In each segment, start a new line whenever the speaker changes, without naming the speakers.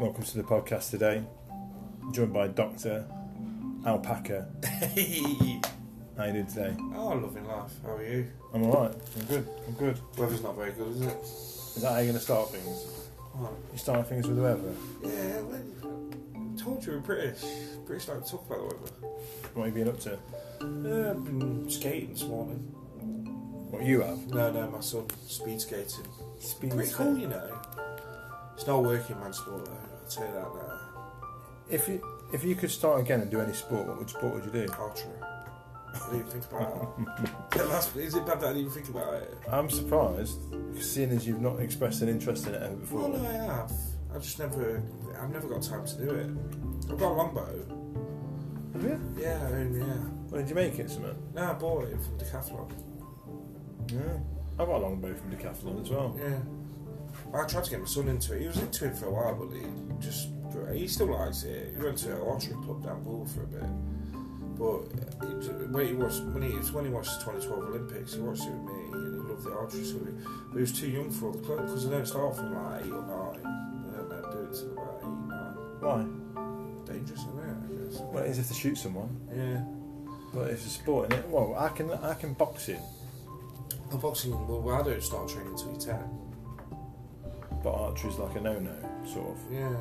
Welcome to the podcast today. Joined by Doctor Alpaca.
Hey.
How you doing today?
Oh, loving life. How are you?
I'm alright. I'm good. I'm good.
Weather's not very good, is it?
Is that how you're going to start things?
Oh,
You starting things with the weather?
yeah, well, I told you we're British. British don't talk about the
What have you been up to?
weather. Yeah, I've been skating this morning.
What you have?
No, no, my son speed skating.
Speed.
Pretty cool, you know. It's not working man sport though. I'll tell you that now.
If you if you could start again and do any sport, what would sport would you do?
Archery. I didn't even think about that. Yeah, that's, is it bad that I didn't even think about it?
I'm surprised, seeing as you've not expressed an interest in it ever before.
Well, no, I have. I've just never. I've never got time to do it. I've got a longbow.
Have you?
Yeah, I own, yeah.
Well, did you make it, something?
No, I bought it from Decathlon.
Yeah. I've got a longbow from Decathlon as well.
Yeah. I tried to get my son into it. He was into it for a while, but he just he still likes it. He went to an archery club down Bull for a bit, but he, j- when he was when he it's when he watched the 2012 Olympics, he watched it with me and he loved the archery. So he, but he was too young for all the club because they don't start from like eight or nine. They don't let them do it until about eight,
Why?
nine. Dangerous, isn't it? I guess.
Well, it is if they shoot someone,
Yeah.
but it's a sport, is it? Well, I can I can box it,
Well, boxing. Well, I don't start training until you're ten.
but archery's like a no-no, sort of.
Yeah.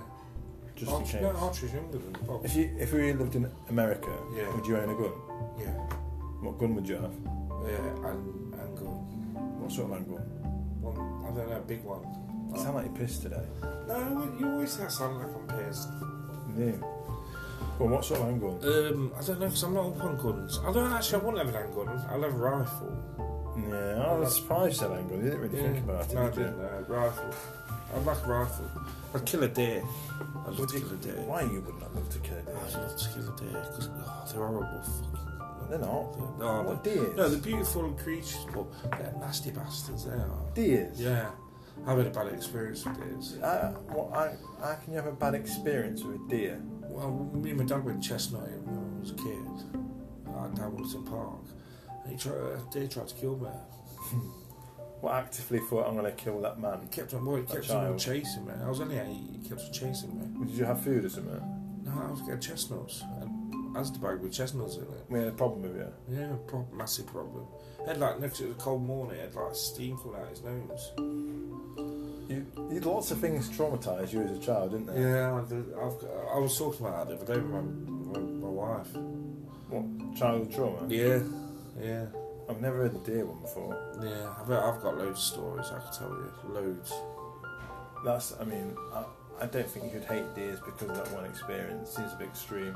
Just in
Archery,
case.
no, archery's younger than boxing.
If you if we lived in America,
Yeah.
would you own a gun?
Yeah.
What gun would you have?
Yeah, and and go.
What sort of hand gun?
One, I don't know, a big one.
You sound like you're pissed today.
No, you always have sound like I'm pissed.
Yeah. Well, what sort of hand gun?
Um, I don't know, because I'm not up on guns. I don't actually, I won't have an handgun. I'll have a rifle.
Yeah, I was surprised at hand gun. You didn't really think about it.
No, I
did you?
didn't. Uh, rifle. I'd like a rifle. I'd kill a deer. I'd love
Would
to
you-
kill a deer.
Why you would not love to kill a deer?
I'd love to kill a deer, because they're horrible fucking...
Ah, They're not.
They're- No,
What,
they're,
deers?
Ah, no, they're beautiful creatures, but they're nasty bastards, they are.
Deers.
Yeah. I've had a bad experience with deers.
I, what, I, how can you have a bad experience with a deer?
Well, me and my dad went chestnutting when I was a kid at Hamilton Park. And he tried, uh, they tried to kill me.
What actively thought I'm going to kill that man?
He kept on, well, he
A
kept on
child.
chasing me. I was only eight, he kept on chasing me.
Did you have food or something?
No, I was getting chestnuts. And as the bag with chestnuts in it.
We had a problem with you.
Yeah, prob- massive problem. Had like, next to the cold morning, had like steam coming out his nose.
You, you had lots of things traumatise you as a child, didn't they?
Yeah, I've, I've, got- I was talking about that the other day with my, my, my wife.
Childhood trauma.
Yeah. Yeah.
I've never heard a deer one before.
Yeah, I've, I've got loads of stories I could tell you. Loads.
That's, I mean, I, I don't think you could hate deers because of that one experience. seems a bit extreme.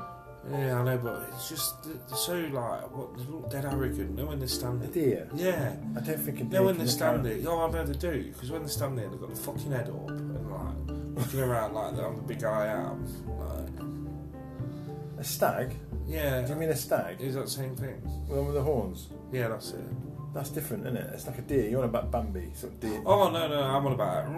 Yeah, I know, but it's just th- they're so like what they look dead arrogant. No one they stand
A
there.
deer?
Yeah,
I don't think a deer.
no one
can
they
look
stand
out-
there. Oh, I know they do because when they stand there, they've got the fucking head up and like looking around like I'm the big guy I am. Like,
A stag?
yeah,
Do you mean a stag?
is that the same thing?
The one with the horns?
Yeah, that's it.
That's different, isn't it? It's like a deer. You're on about Bambi, sort of deer.
Oh no, no, I'm on about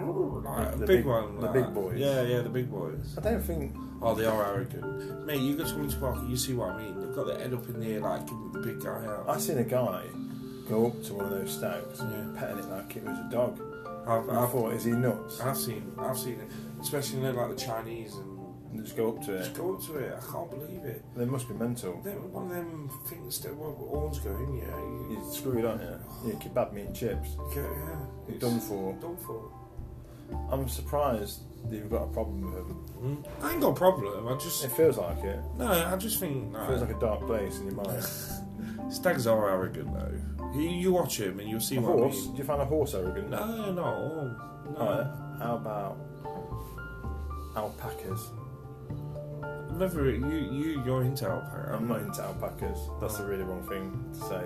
like, a
The
big,
big-
one,
the
like-
big boys.
Yeah, yeah, the big boys.
I don't think
Oh, they are arrogant, mate. You go to Winter Park, you see what I mean. They've got their head up in the air, like giving the big guy out.
I seen a guy go up to one of those stags,
Yeah.
petting it like it was a dog.
I've,
And I
I've
thought, is he nuts?
I've seen, I've seen it, especially you know, like the Chinese and
And just go up to
just
it.
go up to it. I can't believe it.
They must be mental.
They were one of them things that well, horns go in, yeah, you,
You screw it on you. You kebab me and chips.
you go, yeah,
You're
it's
done for.
done for.
I'm surprised that you've got a problem with them.
Hmm? I ain't got a problem. I just
It feels like it.
no, I just think
It feels
no.
like a dark place in your mind.
stags are arrogant though. You, you watch them and you'll see
a
what
horse?
I mean.
Do you find a horse arrogant?
No, not all. No,
Alright, how about alpacas?
I've never. You, you, you're into alpaca.
I'm not into alpacas. That's a really wrong thing to say.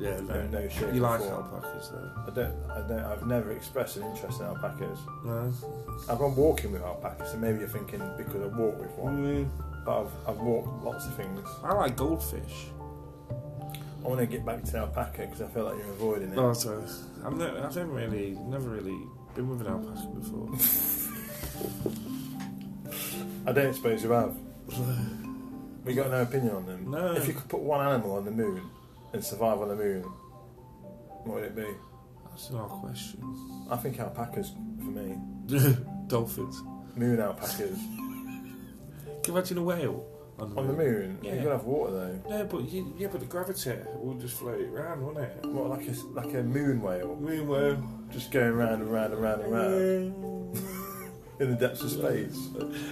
Yeah,
No,
no.
no shape
You
or
like
form.
alpacas though?
I don't. I don't. I've never expressed an interest in alpacas.
No.
I've gone walking with alpacas, so maybe you're thinking because I walk with one.
Mm,
But I've, I've walked lots of things.
I like goldfish.
I want to get back to the alpaca because I feel like you're avoiding it.
Oh, so I've never, I've never really, never really been with an alpaca before.
I don't suppose you have. We got no opinion on them.
No.
If you could put one animal on the moon and survive on the moon, what would it be?
That's an odd question.
I think alpacas for me.
Dolphins.
moon alpacas
Can you imagine a whale on the
on the moon.
Yeah.
You're gonna have water though.
No, but you, yeah, but the gravity will just float around, won't it?
What like a s- like a moon whale,
Moon whale.
just going round and round and round and round in the depths of space.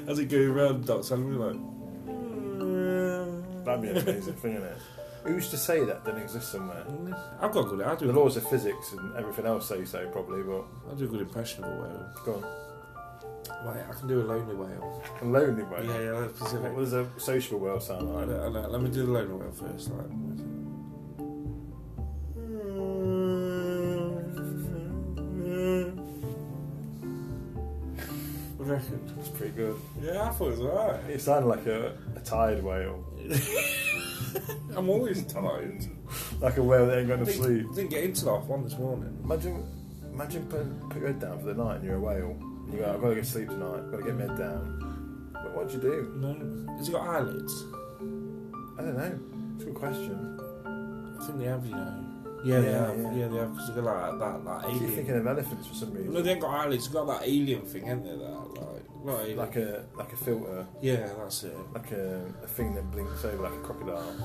As it goes around, that sound really like.
That'd be an amazing thing, isn't it? Who's to say that didn't exist somewhere?
I've got a good. I do.
The laws of physics and everything else say so, probably. But
I do a good impression of a whale.
go on.
Right, I can do a lonely whale.
A lonely whale.
Yeah, yeah, that's Pacific.
What does a social whale sound
Right,
like?
let, let- let me do the lonely whale first. Like. What do you reckon?
It's pretty good.
Yeah, I thought it was alright.
It sounded like a, a tired whale,
I'm always tired.
like a whale that ain't going to sleep.
Didn't, didn't get into half one this morning.
Imagine, imagine putting, put your head down for the night and you're a whale. You go, I've got to go to sleep tonight. I've got to get my head down. But what'd you do?
No. Has it got eyelids?
I don't know. It's a good question.
I think they have, you know. Yeah, they
Yeah,
have.
yeah.
Yeah, they have because they've got like that, that
You're
alien.
thinking of elephants for some
No,
reason.
they ain't got eyelids. They've got that alien thing, ain't they? That like, not alien.
Like a like a filter,
yeah, that's it.
like a, a thing that blinks over like a crocodile.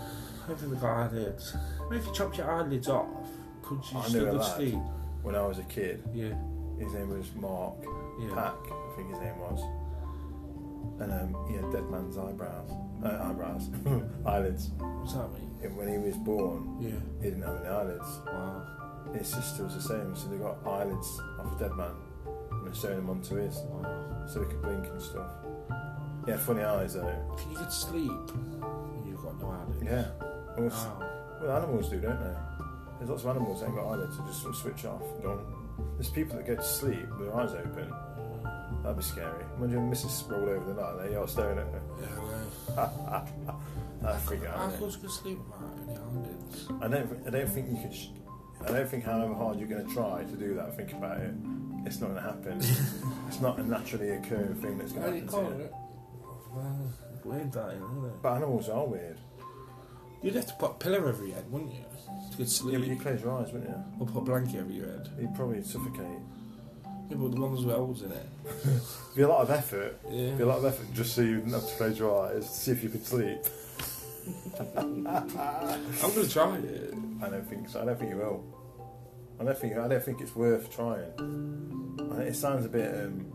I don't think they've got eyelids. What if you chopped your eyelids off? Could you
I
still
knew
go to
that.
sleep?
When I was a kid,
Yeah,
his name was Mark
yeah.
Pack, I think his name was. And um, he had dead man's eyebrows, uh, eyebrows, eyelids.
What's that mean?
And when he was born,
Yeah.
he didn't have any eyelids.
Wow.
His sister was the same, so they got eyelids off a dead man and they sewn them onto his
Wow.
so he could blink and stuff. He had funny eyes though.
Can you go to sleep when you've got no eyelids?
Yeah. Well, s-
Wow.
well, animals do, don't they? There's lots of animals that ain't got eyelids, they just sort of switch off. and Don't. There's people that go to sleep with their eyes open. That'd be scary. Imagine Mrs. rolled over the night and they are staring at her.
Yeah, well,
That'd freak
I
out.
could
wouldn't
go to sleep without any eyelids.
it? I don't. thi- I don't think you could. Sh- I don't think however hard you're going to try to do that, think about it. It's not going to happen. it's not a naturally occurring thing that's
Well, Oh, you
going to happen.
can't.
To you.
Well, it's weird that, isn't it?
But animals are weird.
You'd have to put a pillow over your head, wouldn't you? To go to
Yeah, but
sleep.
you close your eyes, wouldn't you?
Or put a blanket over your head.
You'd probably suffocate.
Yeah, but the ones with holes in it.
It'd be a lot of effort.
Yeah.
It'd be a lot of effort just so you didn't have to close your eyes to see if you could sleep.
I'm gonna try it.
I don't think so. I don't think you will. I don't think. I don't think it's worth trying. And It sounds a bit. Um,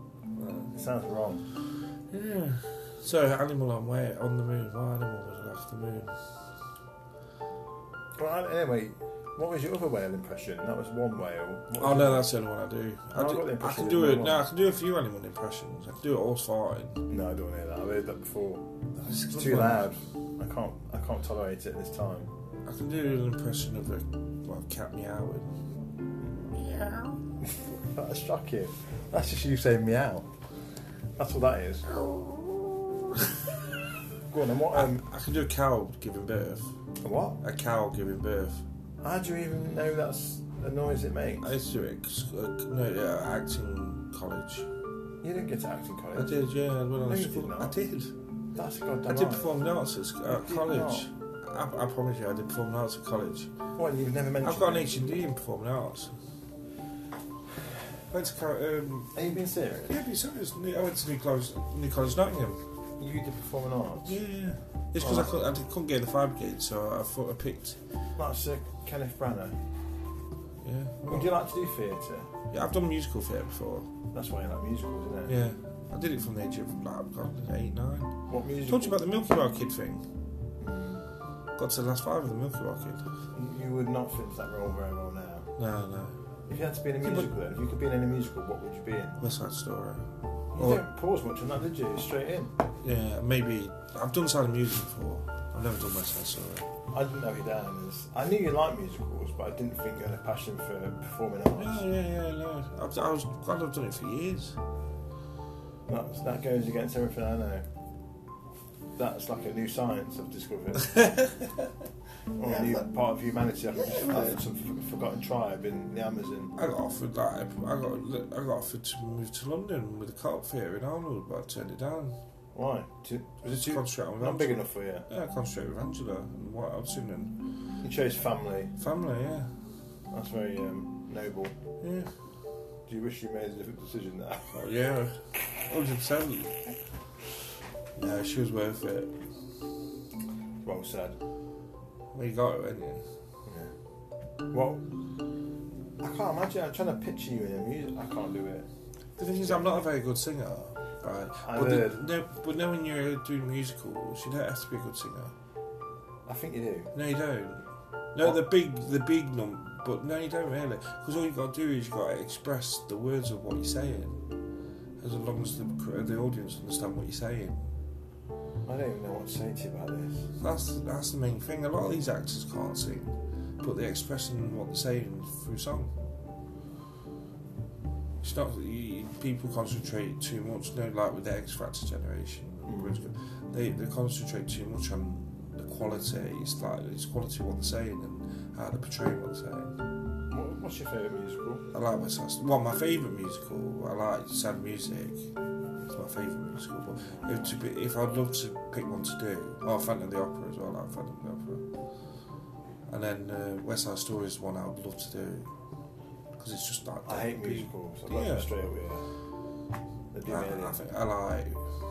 it sounds wrong.
Yeah. So animal on where on the moon? Why animal would have left the moon?
Well, anyway, what was your other whale impression? That was one whale. What
Oh
was
no, that's the only one I do. I,
I've
do,
got the
I
impression
can
it's
do
not
it.
one.
No, I can do a few animal impressions. I can do a horse
it?
farting.
no, I don't hear that. I've heard that before.
That's a
It's
good
too
one.
loud. I can't. I can't tolerate it this time.
I can do an impression of a like cat meowing. Meow.
That's shocking. That's just you saying meow. That's what that is. Go on. And what? Um,
I can do a cow giving birth.
what?
A cow giving birth.
How do you even know that's a noise it makes?
I used to do it. 'cause, uh, No, yeah, acting college.
You didn't get to acting
I
college.
did, yeah. When I
No,
was
you did
school.
not.
I did.
That's a goddamn.
I did
lie.
perform dance at sc-
You
at
did
college. I, I promise you, I did perform arts at college.
What? You've never mentioned.
I've got an
it?
H&D in performing arts. Went to co- um,
Are you being serious?
yeah, but it's serious. New- I went to New College, New College Nottingham.
You did performing arts.
Yeah, yeah. It's because
Oh.
I, couldn't, I did- couldn't get in the fire brigade, so I thought I picked.
That's uh, Kenneth Branagh.
Yeah,
Would you like to do theatre?
yeah. I've done musical theatre before.
That's why you like musicals, isn't it?
Yeah, I did it from the age of like God, eight, nine.
What Hmm.
I
music?
told you about the Milky Way Kid thing. Got to the last five of the Milky Way Kid.
You would not fit into that role very well now.
No, no.
If you had to be in a
Yeah, but-
musical, then, if you could be in any musical, what would you be in?
West Side Story.
You
Or-
didn't pause much on that, did you? Straight in.
Yeah, maybe. I've done Silent Music before. I've never done West Side Story.
I didn't know you down as. I knew you liked musicals, but I didn't think you had a passion for performing
Oh, Yeah,
arts.
yeah, yeah, yeah. I've, I was glad I've done it for years.
That's, that goes against everything I know. That's like a new science I've discovered. or a new part of humanity I've just found, some f- forgotten tribe in the Amazon.
I got offered like I got I got offered to move to London with a cop theatre in Arnold, but I turned it down.
Why? Too, was it
Just
too,
concentrate on
not
Angela.
big enough for you?
Yeah, concentrate with Angela and what Hudson and
You chose family.
family. Yeah,
That's very um, noble.
yeah.
Do you wish you made a different decision now?
Oh, yeah, hundred percent. Yeah, she was worth it.
well said.
We got her, didn't you?
Yeah. Well, I can't imagine. I'm trying to picture you in a music. I can't do it.
The thing is, I'm not a very good singer. Right.
I
but, the,
heard.
no, but knowing you're doing musicals, you don't have to be a good singer.
I think you do.
No, you don't. No,
What?
the big, the big num. But no, you don't really, because all you got to do is you got to express the words of what you're saying, as long as the cr- the audience understand what you're saying.
I don't even know what to say to you about this.
That's that's the main thing. A lot of these actors can't sing, but they're expressing what they're saying through song. It's not that you, people concentrate too much. No, like with the X Factor generation,
Mm.
which- they they concentrate too much on the quality. It's like it's quality of what they're saying and how they're portraying what they're saying.
What, what's your favourite musical?
I like West Side. Well, my favourite musical. I like sad music. It's my favourite musical. But if, to be, if I'd love to pick one to do, oh, Phantom of the Opera as well. I like Phantom of the Opera. And then uh, West Side Story is one I would love to do because it's just like
I hate musicals. I've got
Yeah.
them straight away. They'd be
I,
amazing.
I think I like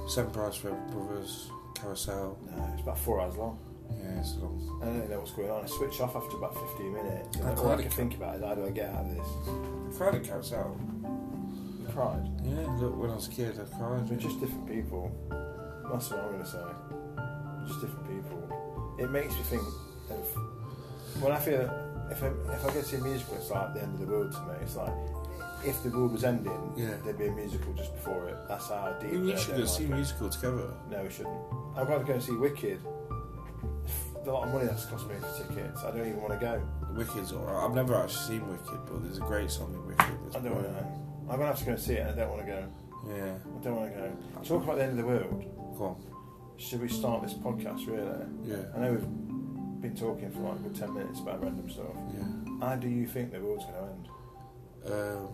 Seven Brides for Brothers, Carousel.
No, it's about four hours long.
Yeah, it's long.
I don't know what's going on. I switch off after about 15 minutes.
I
And all
cried
I can
at-
think about is how do I get out of this?
I cried at Carousel.
I cried.
Yeah, look, when I was a kid, I cried.
We're just different people. That's what I'm going to say. We're Just different people. It makes me think of when I feel if I, if I go to see a musical, it's like the end of the world to me. It's like if the world was ending,
Yeah.
there'd be a musical just before it. That's how deep.
We
I
need to
don't
go
like
see a
it.
musical together.
No, we shouldn't. I'd rather go and see Wicked. The lot of money that's cost me for tickets. I don't even want to go.
Wicked's alright. I've never actually seen Wicked, but there's a great song in Wicked. that's
I don't want to
brilliant.
know. I'm gonna have to go and see it. I don't want to go.
Yeah,
I don't want to go. Talk about the end of the world.
come on.
Should we start this podcast really? I
Yeah,
know we've been talking for like a good 10 minutes about random stuff.
yeah.
How do you think the world's going to end?
Um,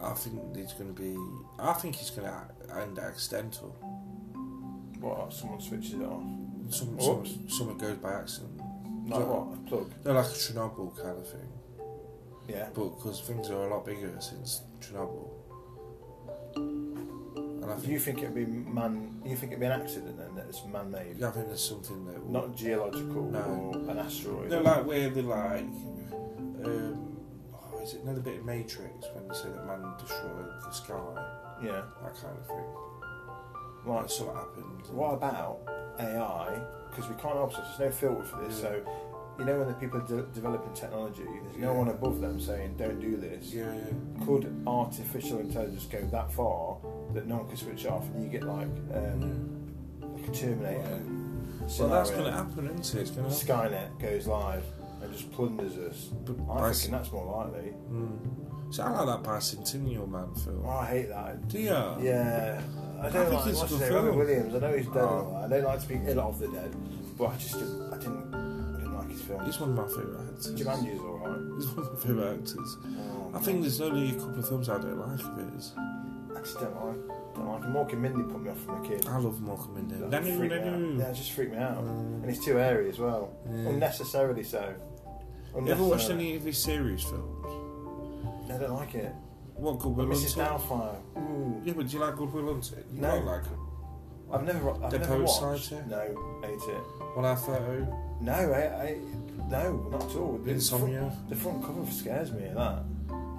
I think it's going to be. I think it's going to end accidental.
What, someone switches it off?
Some,
Oh.
some, someone goes by accident.
Like
Yeah.
what? A plug?
No, like a Chernobyl kind of thing.
Yeah.
But because things are a lot bigger since Chernobyl. And I
Do you
think,
think it'd be man? You think it'd be an accident then that it's man-made,
I think there's something that will,
not geological
No.
or an asteroid?
No, like where they like, um, oh, is it another bit of Matrix when they say that man destroyed the sky,
yeah.
that kind of thing.
Right.
Like something happened.
What about AI? Because we can't answer. There's no filter for this.
Yeah.
So you know when the people are de- developing technology, there's no
Yeah.
one above them saying don't do this.
Yeah, yeah.
Could artificial intelligence go that far that no one could switch off, and you get like um, like a Terminator?
Well, that's
scenario.
going to happen, isn't it? It's going to happen.
Skynet goes live and just plunders us.
But
I'm
I
thinking that's more likely.
mm. So I like that Bicentennial Man film.
Oh, I hate that.
Do you?
Yeah, I
I
don't
think
like
it's
what's his
good
name, Robin
film.
Williams. I know he's dead. and
Oh.
all that. I don't like to speak ill of the dead, but I just didn't, I didn't, I didn't like his film.
He's one of my favourite actors.
Jumanji's alright.
He's one of my favourite actors.
Oh,
I think there's only a couple of films I don't like of his.
I just don't like. Don't like him. Morgan Mindy put me off from a kid.
I love Malcolm in there.
That just freaked me out. Yeah, it just freaked me out.
Mm.
And he's too airy as well, unnecessarily so.
You ever watched
Unnecessarily.
any of his series films?
I don't like it.
What Goodwill
Mrs.
Hunting?
Doubtfire. Ooh.
Yeah, but do you like Goodwill Hunting? You
No.
don't like it.
I've never. I've
The
never
Poet's
watched.
Society?
No, hate it.
One Hour Photo,
No, I, I no, not at all. The front,
Insomnia,
the front cover scares me. That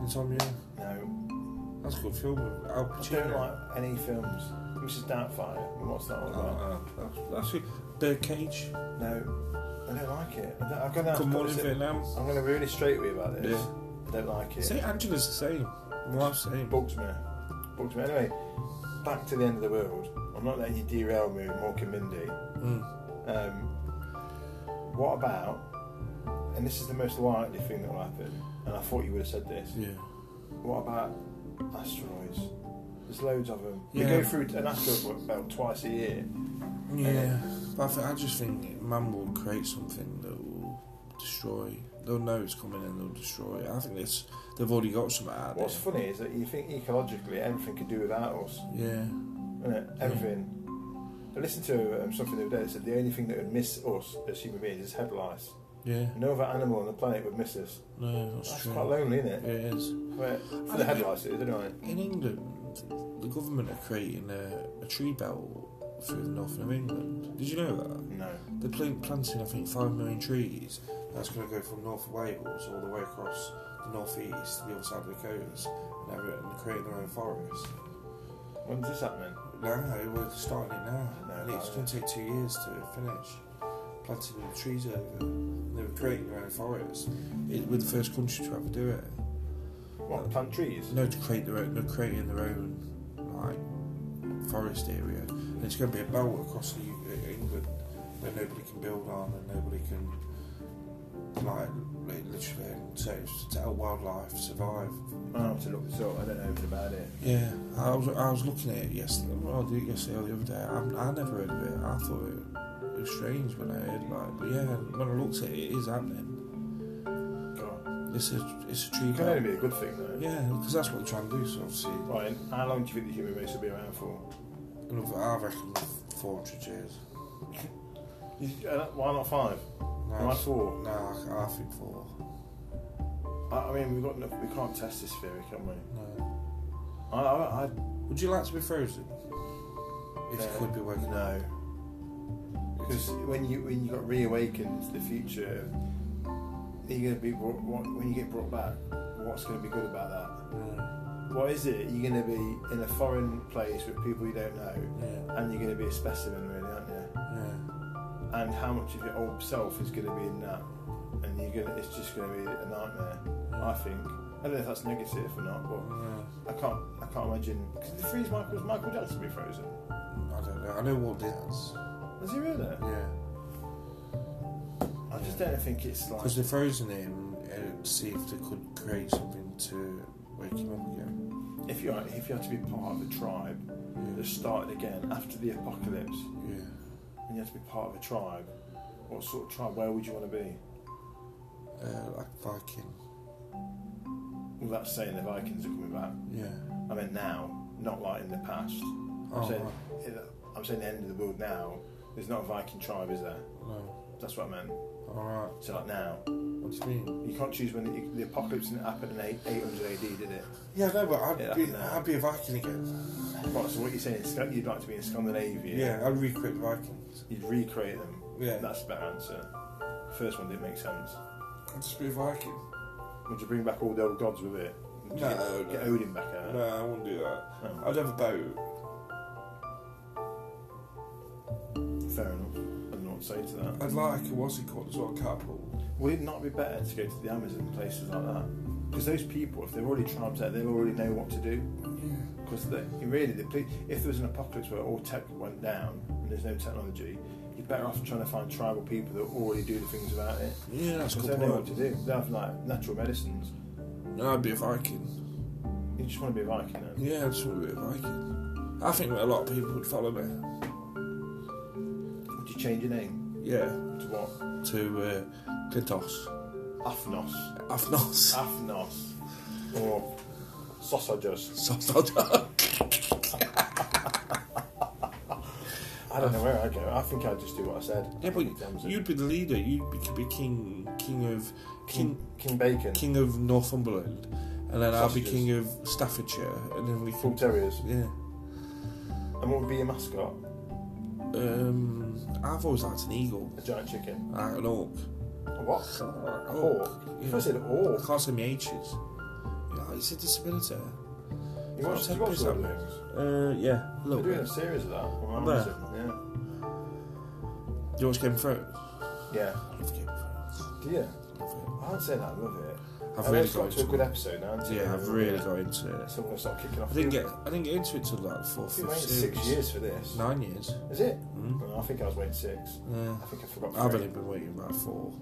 Insomnia.
no,
That's a good film. with Al
I
Pacino.
don't like any films. Mrs. Doubtfire. and What's that all
Oh,
about?
uh, that's, that's it. Birdcage.
No, I don't like it. I don't, I'm gonna.
Oh. Good
I'm
Morning
gonna,
Vietnam.
I'm gonna be really straight with you about this.
Yeah.
I don't like it.
See, Angela's the same. My wife's the same.
Bugs me. Bugs me. Anyway, back to the end of the world. I'm not letting you derail me with Mork and Mindy.
Mm.
Um, what about? And this is the most likely thing that will happen. And I thought you would have said this.
Yeah.
What about asteroids? There's loads of them. We
Yeah.
go through an asteroid belt twice a year.
Yeah. But I, think, I just think man will create something that will destroy. They'll know it's coming and they'll destroy it. I think it's, they've already got something out
What's
there.
funny is that you think ecologically everything could do without us.
Yeah.
Innit? Everything. I listened to um, something the other day that said the only thing that would miss us as human beings is headlights.
Yeah.
No other animal on the planet would miss this.
No, that's,
That's
true.
quite lonely, isn't it?
It is.
Where, for the headlights, it is, isn't it?
In England, the government are creating a, a tree belt through the north of England. Did you know that?
No.
They're pl- planting, I think, five million trees.
That's going to go from North Wales all the way across the northeast, the other side of the coast, and, have it- and create their own forest.
When's this happening?
No, we're starting it now.
No,
and it's
no.
going to take two years to finish planting the trees over. And they were creating their own forest.
It, we're the first country to ever do it.
What, plant trees?
No, to create their own, they're creating their own like forest area.
And it's going to be a belt across the, uh, England that nobody can build on and nobody can, like, li- literally, to, to help wildlife survive.
I'll have to look this up. I don't know anything about it.
Yeah, I was I was looking at it yesterday. Well, I did it yesterday or the other day. I, I never heard of it. I thought it, was strange when I heard like, but yeah, when I looked at it, it is happening.
God.
It's a it's a tree
It can only
belt.
be a good thing, though.
Yeah, because that's what they're trying to do. So obviously,
Right, and how long do you think the human race will be around for?
Another, I reckon, 400 years.
You- uh, Why not five? Why
No,
not four?
no I, I think four.
I, I mean, we've got no, we can't test this theory, can we?
No.
I, I, I
Would you like to be frozen? If you
Uh,
could be woken up.
no, because when you when you got reawakened to the future, you're going to be brought, what, when you get brought back. What's going to be good about that?
No.
What is it? You're going to be in a foreign place with people you don't know,
Yeah,
and you're going to be a specimen, really, aren't you?
yeah.
and how much of your old self is going to be in that, and you're going to, it's just going to be a nightmare. I think. I don't know if that's negative or not, but
No.
I can't. I can't imagine. Because the freeze Michael was Michael Jackson be frozen.
I don't know. I know Walt Disney's.
Was he really?
Yeah.
I just don't think it's like.
Because they frozen him uh, to see if they could create something to wake him up again.
If you are- if you had to be part of a tribe that
Yeah.
started again after the apocalypse,
yeah.
and you had to be part of a tribe, what sort of tribe? Where would you want to be?
Uh, like Viking.
Well, that's saying the Vikings are coming back.
Yeah.
I mean now, not like in the past.
Oh,
saying-
right.
I'm saying the end of the world now. There's not a Viking tribe, is there?
no.
That's what I meant.
Alright.
So like now,
What do you mean?
you can't choose when the, the apocalypse didn't happen in eight- 800 AD, did it?
Yeah, no, but I'd,
Yeah,
be,
no.
I'd be a Viking again.
What, so what you're saying is Sc- you'd like to be in Scandinavia?
Yeah, I'd recreate the Vikings.
You'd recreate them.
Yeah.
That's the better answer. First one didn't make sense.
I'd just be a Viking.
Would you bring back all the old gods with it? Would you
No,
get,
no.
get Odin back out.
No, I wouldn't do that.
Oh,
I'd have a boat.
fair enough. I don't know what to say to that.
I'd like, what's it called as well, catapult.
Would it not be better to go to the Amazon and places like that? Because those people, if they're already tribes there, they already know what to do.
Yeah.
Because really, the, pl- if there was an apocalypse where all tech went down and there's no technology, you're better off trying to find tribal people that already do the things about it.
yeah, that's a
Because they
good
know what
point.
to do. They have like natural medicines.
No, I'd be a Viking.
You just want to be a Viking then.
Yeah, I just want to be a Viking. I think a lot of people would follow me.
Would you change your name
Yeah,
to what?
to uh, Glintos.
Afnos.
Afnos.
Afnos. Or Sausages.
Soft-
I don't know where I'd go. I think I'd just do what I said.
yeah,
Damn
but
it.
you'd be the leader. You'd be, be king, king of, king,
King, King Bacon.
king of Northumberland, and then I'll be
Sausages.
king of Staffordshire, and then we
Bull
can.
Terriers.
Yeah.
And what would be your mascot?
Um, I've always liked an eagle,
A giant chicken.
uh, an orc.
A what?
An
A hawk. If I said
I
orc,
can't say my H's. Yeah, it's a disability.
you watch, you
Take
watch
piss out
Lord of
of
the
Uh,
Rings.
yeah, a
They're
little
doing a
bit.
series of that. on
There.
Amazon,
Do you watch Game of Thrones?
Yeah.
I love Game of Thrones.
Yeah. Yeah.
Love it.
I'd say that. I love it.
I've
I know
really
it's got
got
to a
into
good
it.
episode now. hasn't it?
Yeah, I've really got into it.
So I'm gonna start kicking off.
I didn't get I didn't get into it till like
I've
fourth,
been
fifth
waiting
series.
six years for this.
Nine years.
Is it?
Mm.
Well, I think I was waiting six.
Yeah.
I think I forgot.
I've
three.
only been waiting about four.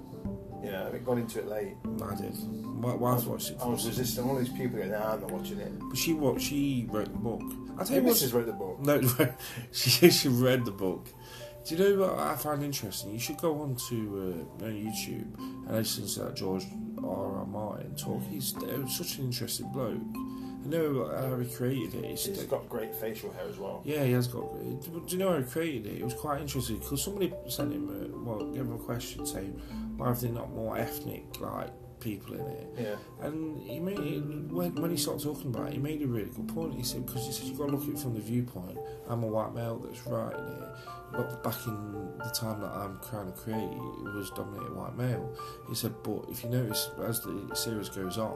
Yeah, I got into it late.
I did. My wife watched it
I was
first.
resisting all these people going, nah, I'm not watching it.
But she wa she wrote the book. I tell
Your
you what
missus wrote the book.
No she she read the book. Do you know what I find interesting? You should go on to uh, on YouTube and listen to that George R. R. Martin talk. He's uh, such an interesting bloke. And
You know like, how he created it. It's
He's got great facial hair as well.
Yeah, he has got. Do you know how he created it? It was quite interesting because somebody sent him, a, well, gave him a question saying, "Why have they not more ethnic like people in it?"
Yeah.
And he made it, when, when he started talking about it, he made a really good point. He said because he said you've got to look at it from the viewpoint. I'm a white male that's writing it. Not back in the time that I'm trying to create, it was dominated white male. He said, but if you notice as the series goes on,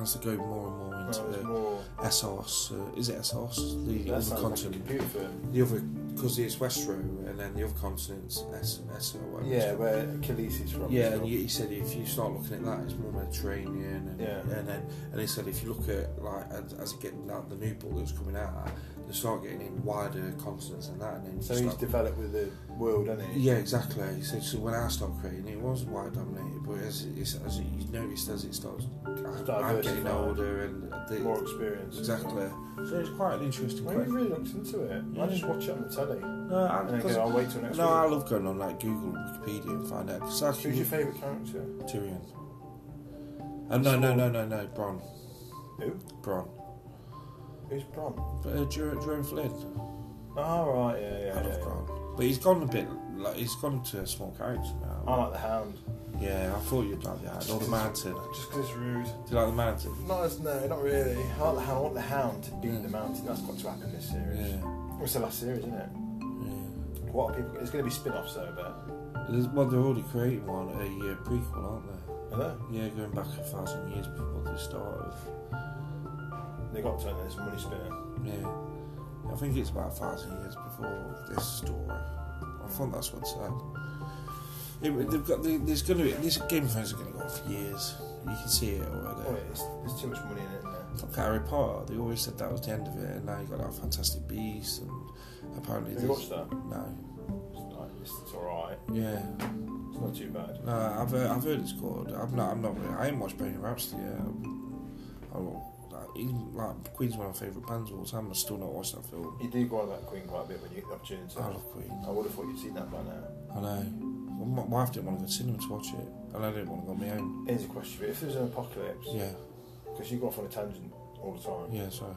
as they go more and more into
Well,
the
it's more.
SOS, uh, is it SOS? uh, The
That
other
sounds like a
continent.
computer film.
the other, because it's Westeros, and then the other continent's S, SO. whatever it's
Yeah,
called.
where Achilles is from.
Yeah, and you, he said if you start looking at that, it's more Mediterranean, and
Yeah.
and then and he said if you look at like as, as it getting like the new book that's coming out, they start getting in wider continents and that, and then you
So he's
start-
developed with the world, hasn't he?
yeah, exactly. He said so when I started creating, it was white dominated, but as it's, as you noticed as it starts, I'm, I'm getting
diversified.
older and the,
More experience.
exactly. So it's quite an interesting
Well, he
question.
really looks into it. I just watch it on the telly.
No, I,
And then
'cause-
go, I'll wait till next
no, I
week.
love going on like Google and Wikipedia and find out. Cause I can
Who's your favourite character?
Tyrion. Oh, no, no, no, no, no, Bron.
Who?
Bron.
Who's Bron?
But uh, Jer- Jerome Flynn.
Oh, right, yeah, yeah.
I
yeah,
love
yeah.
Bron. But he's gone a bit, like, he's gone to a small character
I
now.
like the Hound.
Yeah, I thought you'd like that. Or the Mountain.
Just because it's rude.
Do you like the Mountain?
Not as, no, not really. I like the Hound. I want the Hound to beat
Yeah.
the Mountain. That's got to happen this
Yeah.
series. It's the last series, isn't it?
yeah.
What are people? It's going to be spin-offs, though, but
There's, well, they're already creating one, a uh, prequel, aren't they?
are there?
Yeah, going back a thousand years before they started.
They got to, and there's money spinner.
Yeah. I think it's about a thousand years before this story. I think that's what's said. It, they've got the, there's going to be this Game of Thrones is going to go on for years. You can see it already.
Oh, it's, there's too much money in it. Isn't there?
Like Harry Potter, they always said that was the end of it, and now you got that Fantastic Beast, and apparently
Have you
there's
watched that?
no,
It's, like, it's, it's all right.
yeah,
It's not too bad.
no. I've heard, I've heard it's good. I'm not, I'm not. Really, I ain't watched Bohemian Rhapsody yet. I, will- like, even, like Queen's one of my favourite bands of all time. I've still not watched that film.
You do go on about Queen quite a bit when you get the opportunity.
I love Queen.
I would have thought you'd seen that by now.
I know. Well, my wife didn't want to go to cinema to watch it, and I didn't want to go on my own.
Here's a question for you. If there's an apocalypse,
Yeah,
because you go off on a tangent all the time,
yeah, so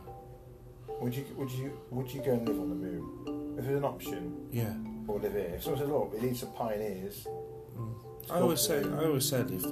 would you would you would you go and live on the moon? If there's an option,
yeah.
or live here. If someone said, look, we need some pioneers.
Mm. I always say, I always said if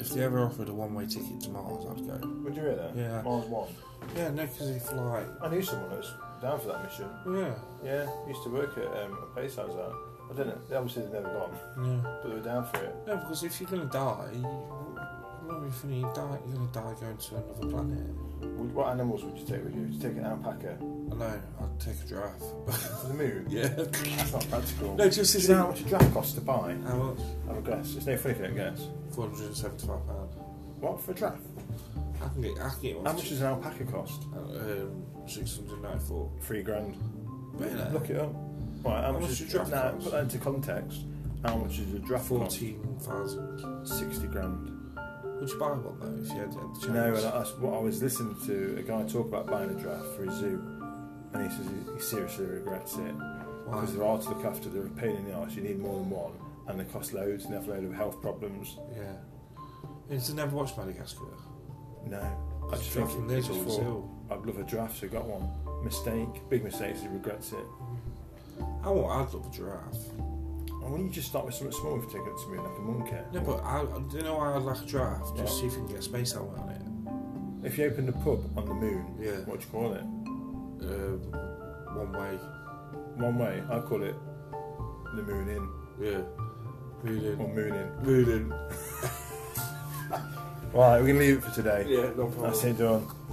if they ever offered a one-way ticket to Mars, I'd go.
Would you hear that?
Yeah.
Mars One.
Yeah, no, because if like,
I knew someone that was down for that mission.
Oh, yeah,
Yeah, used to work at um, a place I was at. I didn't. They obviously they've never gone,
yeah.
but they were down for it.
No, because if you're gonna die, you, not even funny. You die, you're gonna die going to another planet.
Would, what animals would you take with you? Would you take an alpaca
I know. I'd take a giraffe.
to the moon?
yeah.
That's not practical.
No, just
Do
as
you know how
now.
much a draft costs to buy?
How much?
Have a guess. It's no funny if you don't guess.
Four hundred and seventy-five pound.
What for a draft?
I can get. I can get one.
How
for
much
six-
does an alpaca cost?
Um, six hundred ninety-four.
Three grand.
Yeah.
Look it up. Right, how,
How
much,
much
is
does giraffe
now,
cost?
Put that into context. How much is a draft
Fourteen thousand.
cost? Sixty grand.
Would you buy one though if you had, had the chance?
No, and that's what I was listening to a guy talk about buying a draft for his zoo, and he says he, he seriously regrets it
Why?
because they're hard to look after. They're a pain in the arse. You need more than one, and they cost loads, and they have a load of health problems.
Yeah. It's I never watched Madagascar.
No, I just think
Giraffe and
it-
there's
just
always
thought,
ill.
I'd love a draft, so I got one. Mistake, big mistake, so he regrets it.
I want. I'd love a giraffe.
And wouldn't you just start with something small if you take it to me, like a monkey?
No, but I, do you know why I'd like a giraffe? Just
What?
see if you can get a space helmet on it.
If you opened a pub on the moon,
Yeah.
what do you call it?
um, one way.
One way, I call it the moon in
Yeah.
or
Mooning.
moon in.
Mooning.
Right, we're gonna leave it for today.
Yeah, no problem.
That's it done.